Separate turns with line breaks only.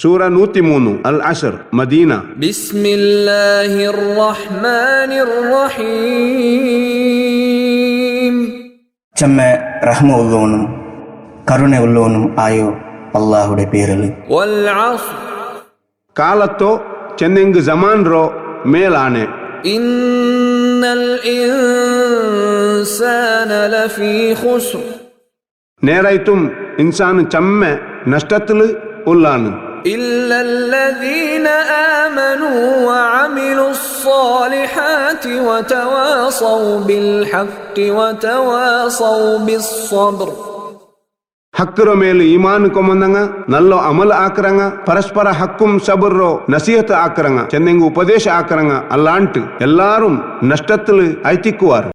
சூரா நூத்தி மூணு அல் அஷர் மதீனா
بسم الله الرحمن الرحيم
ചെമ്മ റഹ്മ ഉള്ളവനും കരുണ ഉള്ളവനും ആയോ അള്ളാഹുടെ പേരിൽ
والعصر
ಕಾಲತ್ತೋ ಚೆನ್ನೆಂಗ್ ಜಮಾನ್ರೋ ಮೇಲಾನೆ
إن الإنسان لفي خسر
നേരായിട്ടും ഇൻസാൻ ചമ്മ നഷ്ടത്തിൽ ഉള്ളാണ്
إلا الذين آمنوا وعملوا الصالحات وتواصوا بالحق وتواصوا بالصبر
ಹಕ್ಕರ ಮೇಲೆ ಇಮಾನ್ ಕೊಮ್ಮಂದಂಗ ನಲ್ಲೋ ಅಮಲ್ ಆಕ್ರಂಗ ಪರಸ್ಪರ ಹಕ್ಕುಂ ಸಬರ್ರೋ ನಸೀಹತ್ ಆಕ್ರಂಗ ಚೆನ್ನೆಂಗ್ ಉಪದೇಶ ಆಕ್ರಂಗ ಅಲ್ಲಾಂಟ್ ಎಲ್ಲಾರು ನಷ್ಟത്തിൽ ಐತಿಕ್ಕುವಾರು